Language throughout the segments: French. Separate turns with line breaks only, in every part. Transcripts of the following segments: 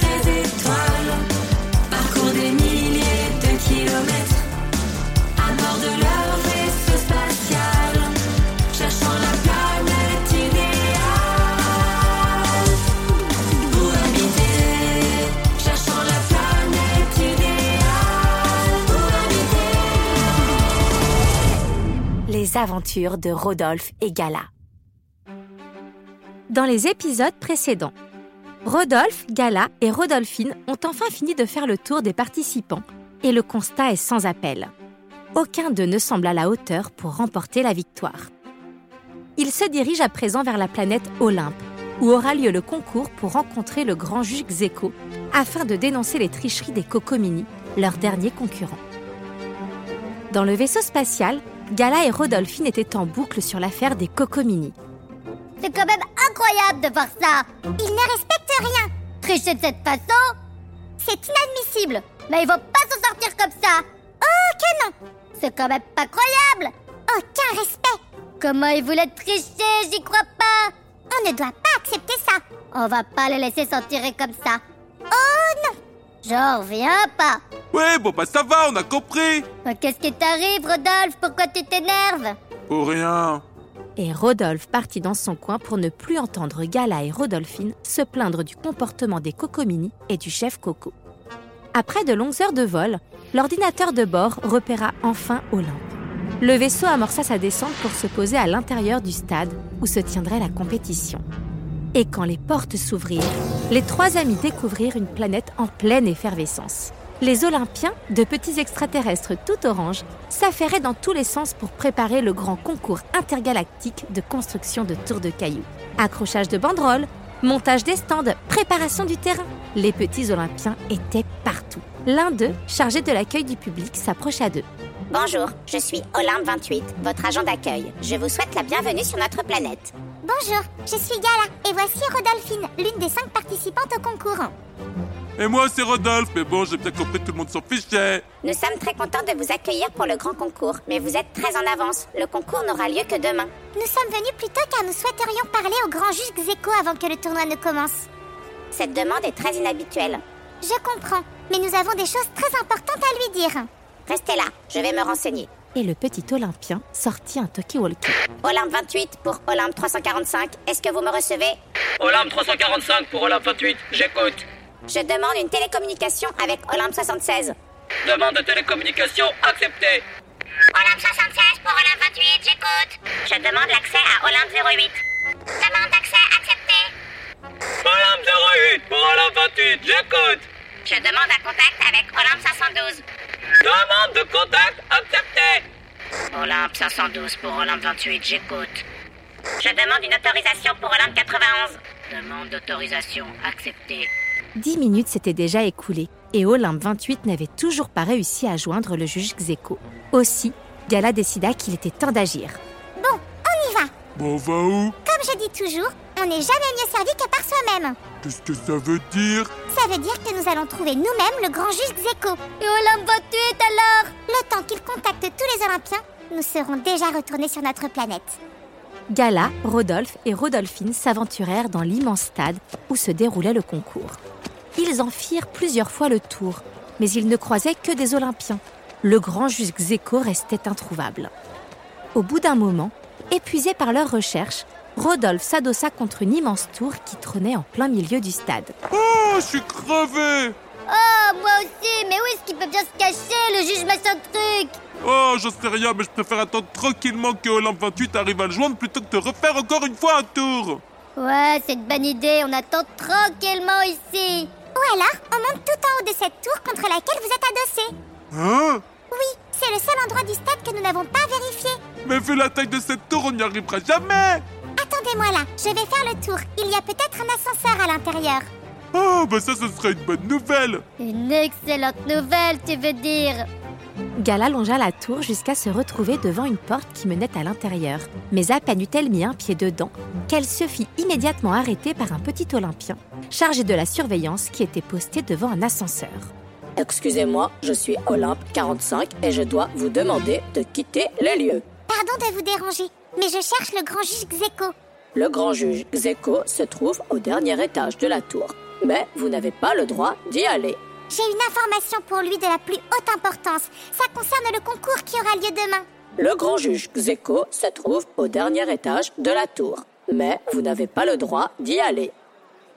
des étoiles Parcours des milliers de kilomètres À bord de leur vaisseau spatial Cherchant la planète idéale Pour habiter Cherchant la planète idéale Pour habiter
Les aventures de Rodolphe et Gala. Dans les épisodes précédents, Rodolphe, Gala et Rodolphine ont enfin fini de faire le tour des participants et le constat est sans appel. Aucun d'eux ne semble à la hauteur pour remporter la victoire. Ils se dirigent à présent vers la planète Olympe, où aura lieu le concours pour rencontrer le grand juge Zeko afin de dénoncer les tricheries des Cocomini, leurs derniers concurrents. Dans le vaisseau spatial, Gala et Rodolphine étaient en boucle sur l'affaire des Cocomini.
C'est quand même incroyable de voir ça Ils ne respectent rien Tricher de cette façon C'est inadmissible Mais ils vont pas s'en sortir comme ça Oh que non C'est quand même pas croyable Aucun respect Comment ils voulaient tricher, j'y crois pas On ne doit pas accepter ça On va pas les laisser s'en tirer comme ça Oh non J'en reviens pas
Ouais, bon bah ça va, on a compris
Mais Qu'est-ce qui t'arrive, Rodolphe Pourquoi tu t'énerves
Pour rien
Et Rodolphe partit dans son coin pour ne plus entendre Gala et Rodolphine se plaindre du comportement des Cocomini et du chef Coco. Après de longues heures de vol, l'ordinateur de bord repéra enfin Olympe. Le vaisseau amorça sa descente pour se poser à l'intérieur du stade où se tiendrait la compétition. Et quand les portes s'ouvrirent, les trois amis découvrirent une planète en pleine effervescence. Les Olympiens, de petits extraterrestres tout orange, s'affairaient dans tous les sens pour préparer le grand concours intergalactique de construction de tours de cailloux. Accrochage de banderoles, montage des stands, préparation du terrain. Les petits Olympiens étaient partout. L'un d'eux, chargé de l'accueil du public, s'approcha d'eux.
Bonjour, je suis Olympe 28, votre agent d'accueil. Je vous souhaite la bienvenue sur notre planète.
Bonjour, je suis Gala et voici Rodolphine, l'une des cinq participantes au concours.
Et moi c'est Rodolphe, mais bon, j'ai bien compris que tout le monde s'en fichait
Nous sommes très contents de vous accueillir pour le grand concours, mais vous êtes très en avance. Le concours n'aura lieu que demain.
Nous sommes venus plus tôt car nous souhaiterions parler au grand juge Xeco avant que le tournoi ne commence.
Cette demande est très inhabituelle.
Je comprends, mais nous avons des choses très importantes à lui dire.
Restez là, je vais me renseigner.
Et le petit Olympien sortit un talkie-walkie.
Olympe 28 pour Olympe 345, est-ce que vous me recevez
Olympe 345 pour Olympe 28, j'écoute.
Je demande une télécommunication avec Olympe 76.
Demande de télécommunication acceptée.
Olympe 76 pour Olympe 28, j'écoute. Je demande l'accès à Olympe 08. Demande d'accès acceptée.
Olympe 08 pour Olympe 28, j'écoute.
Je demande un contact avec Olympe 512.
Demande de contact acceptée.
Olympe 512 pour Olympe 28, j'écoute. Je demande une autorisation pour Olympe 91. Demande d'autorisation acceptée.
Dix minutes s'étaient déjà écoulées et Olympe 28 n'avait toujours pas réussi à joindre le juge Xeco. Aussi, Gala décida qu'il était temps d'agir.
Bon, on y va
Bon, on va où
Comme je dis toujours, on n'est jamais mieux servi que par soi-même.
Qu'est-ce que ça veut dire
Ça veut dire que nous allons trouver nous-mêmes le grand juge Xeco. Et Olympe 28 alors Le temps qu'il contacte tous les Olympiens, nous serons déjà retournés sur notre planète.
Gala, Rodolphe et Rodolphine s'aventurèrent dans l'immense stade où se déroulait le concours. Ils en firent plusieurs fois le tour, mais ils ne croisaient que des Olympiens. Le grand juge Xeco restait introuvable. Au bout d'un moment, épuisé par leurs recherches, Rodolphe s'adossa contre une immense tour qui trônait en plein milieu du stade.
Oh, je suis crevé
Oh, moi aussi Mais où est-ce qu'il peut bien se cacher, le juge truc
Oh, j'en sais rien, mais je préfère attendre tranquillement que Olympe 28 arrive à le joindre plutôt que de refaire encore une fois un tour
Ouais, c'est une bonne idée, on attend tranquillement ici. Ou alors, on monte tout en haut de cette tour contre laquelle vous êtes adossé.
Hein
Oui, c'est le seul endroit du stade que nous n'avons pas vérifié.
Mais vu la taille de cette tour, on n'y arrivera jamais
Attendez-moi là, je vais faire le tour. Il y a peut-être un ascenseur à l'intérieur.
Ah, bah ça, ce serait une bonne nouvelle
Une excellente nouvelle, tu veux dire
Gala longea la tour jusqu'à se retrouver devant une porte qui menait à l'intérieur. Mais à peine eut-elle mis un pied dedans qu'elle se fit immédiatement arrêter par un petit Olympien, chargé de la surveillance qui était posté devant un ascenseur.
Excusez-moi, je suis Olympe 45 et je dois vous demander de quitter les lieux.
Pardon de vous déranger, mais je cherche le grand juge Xeco.
Le grand juge Xeco se trouve au dernier étage de la tour, mais vous n'avez pas le droit d'y aller.
J'ai une information pour lui de la plus haute importance. Ça concerne le concours qui aura lieu demain.
Le grand juge Xeco se trouve au dernier étage de la tour, mais vous n'avez pas le droit d'y aller.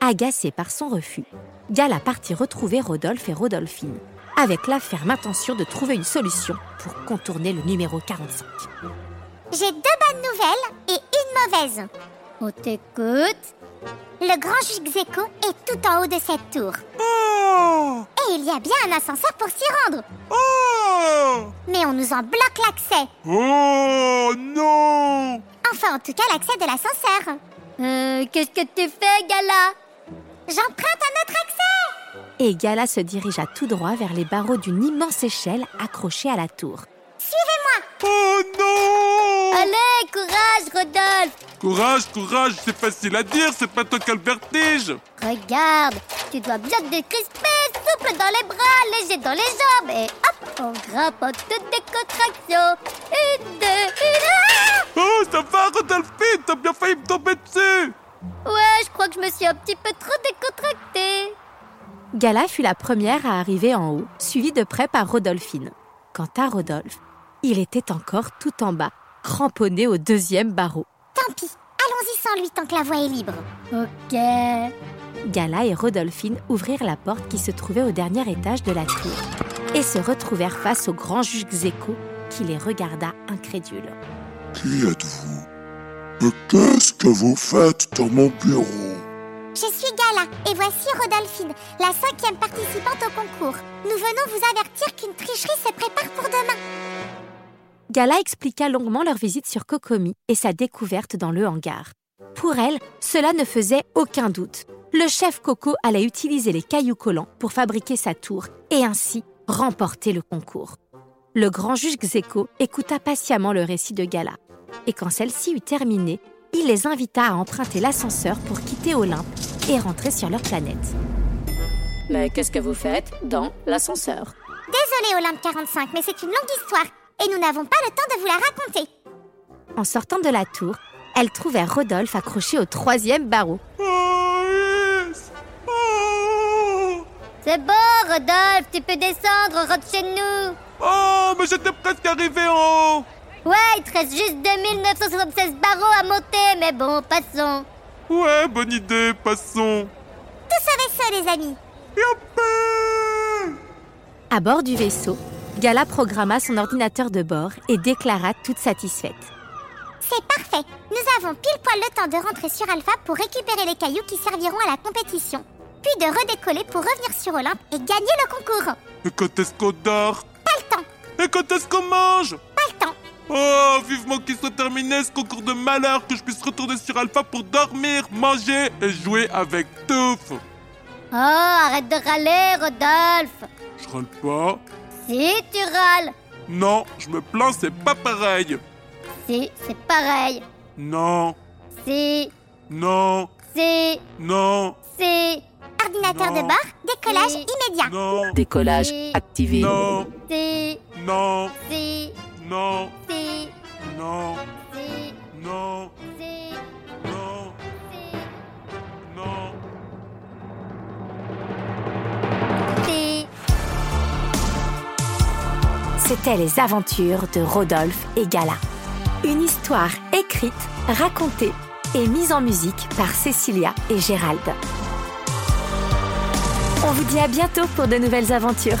Agacée par son refus, Gala partit retrouver Rodolphe et Rodolphine, avec la ferme intention de trouver une solution pour contourner le numéro 45.
J'ai deux bonnes nouvelles et une mauvaise. On t'écoute. Le grand juge Xeco est tout en haut de cette tour.
Oh
Et il y a bien un ascenseur pour s'y rendre.
Oh
Mais on nous en bloque l'accès.
Oh non
Enfin, en tout cas, l'accès de l'ascenseur. Euh, qu'est-ce que tu fais, Gala J'emprunte un autre accès
Et Gala se dirigea tout droit vers les barreaux d'une immense échelle accrochée à la tour.
Suivez-moi
Oh non
Allez, courage, Rodolphe
Courage, courage, c'est facile à dire, c'est pas toi qui as le vertige
Regarde, tu dois bien te décrisper, souple dans les bras, léger dans les jambes, et hop, on grimpe en toutes des contractions. Une, deux, une...
Oh, ça va, Rodolphine, t'as bien failli me tomber dessus
Ah ouais, je crois que je me suis un petit peu trop décontractée.
Gala fut la première à arriver en haut, suivie de près par Rodolphine. Quant à Rodolphe, il était encore tout en bas, cramponné au deuxième barreau.
Tant pis, allons-y sans lui tant que la voie est libre. Ok.
Gala et Rodolphine ouvrirent la porte qui se trouvait au dernier étage de la tour et se retrouvèrent face au grand juge Zéco qui les regarda incrédule.
Qui êtes-vous Mais qu'est-ce que vous faites dans mon bureau
Je suis Gala et voici Rodolphine, la cinquième participante au concours. Nous venons vous avertir qu'une tricherie se prépare pour demain.
Gala expliqua longuement leur visite sur Kokomi et sa découverte dans le hangar. Pour elle, cela ne faisait aucun doute. Le chef Coco allait utiliser les cailloux collants pour fabriquer sa tour et ainsi remporter le concours. Le grand juge Xeco écouta patiemment le récit de Gala. Et quand celle-ci eut terminé, il les invita à emprunter l'ascenseur pour quitter Olympe et rentrer sur leur planète.
Mais qu'est-ce que vous faites dans l'ascenseur
Désolée Olympe 45, mais c'est une longue histoire et nous n'avons pas le temps de vous la raconter.
En sortant de la tour, elles trouvèrent Rodolphe accroché au troisième barreau.
Oh, yes Oh
C'est bon, Rodolphe, tu peux descendre, rentre chez nous.
Oh, mais j'étais presque arrivé en haut
Ouais, il te reste juste 2976 barreaux à monter, mais bon, passons.
Ouais, bonne idée, passons
Tous au vaisseau, les amis.
Youpi
À bord du vaisseau, Gala programma son ordinateur de bord et déclara toute satisfaite.
C'est parfait. Nous avons pile poil le temps de rentrer sur Alpha pour récupérer les cailloux qui serviront à la compétition, puis de redécoller pour revenir sur Olympe et gagner le concours.
Et quand est-ce qu'on dort
Pas le temps,
Et quand est-ce qu'on mange
pas le temps.
Oh, vivement qu'il soit terminé ce concours de malheur, que je puisse retourner sur Alpha pour dormir, manger et jouer avec Touf.
Oh, arrête de râler, Rodolphe.
Je râle pas.
Si, tu râles.
Non, je me plains, c'est pas pareil.
Si, c'est pareil.
Non,
Si,
non,
si,
non,
si. Ordinateur de
Non.
bord, décollage
Oui.
immédiat.
non,
Décollage activé.
non,
Si,
non,
si,
non,
si,
non,
si,
non,
si,
non, non.
si, si.
C'était les aventures de Rodolphe et Gala. Une histoire écrite, racontée et mise en musique par Cécilia et Gérald. On vous dit à bientôt pour de nouvelles aventures.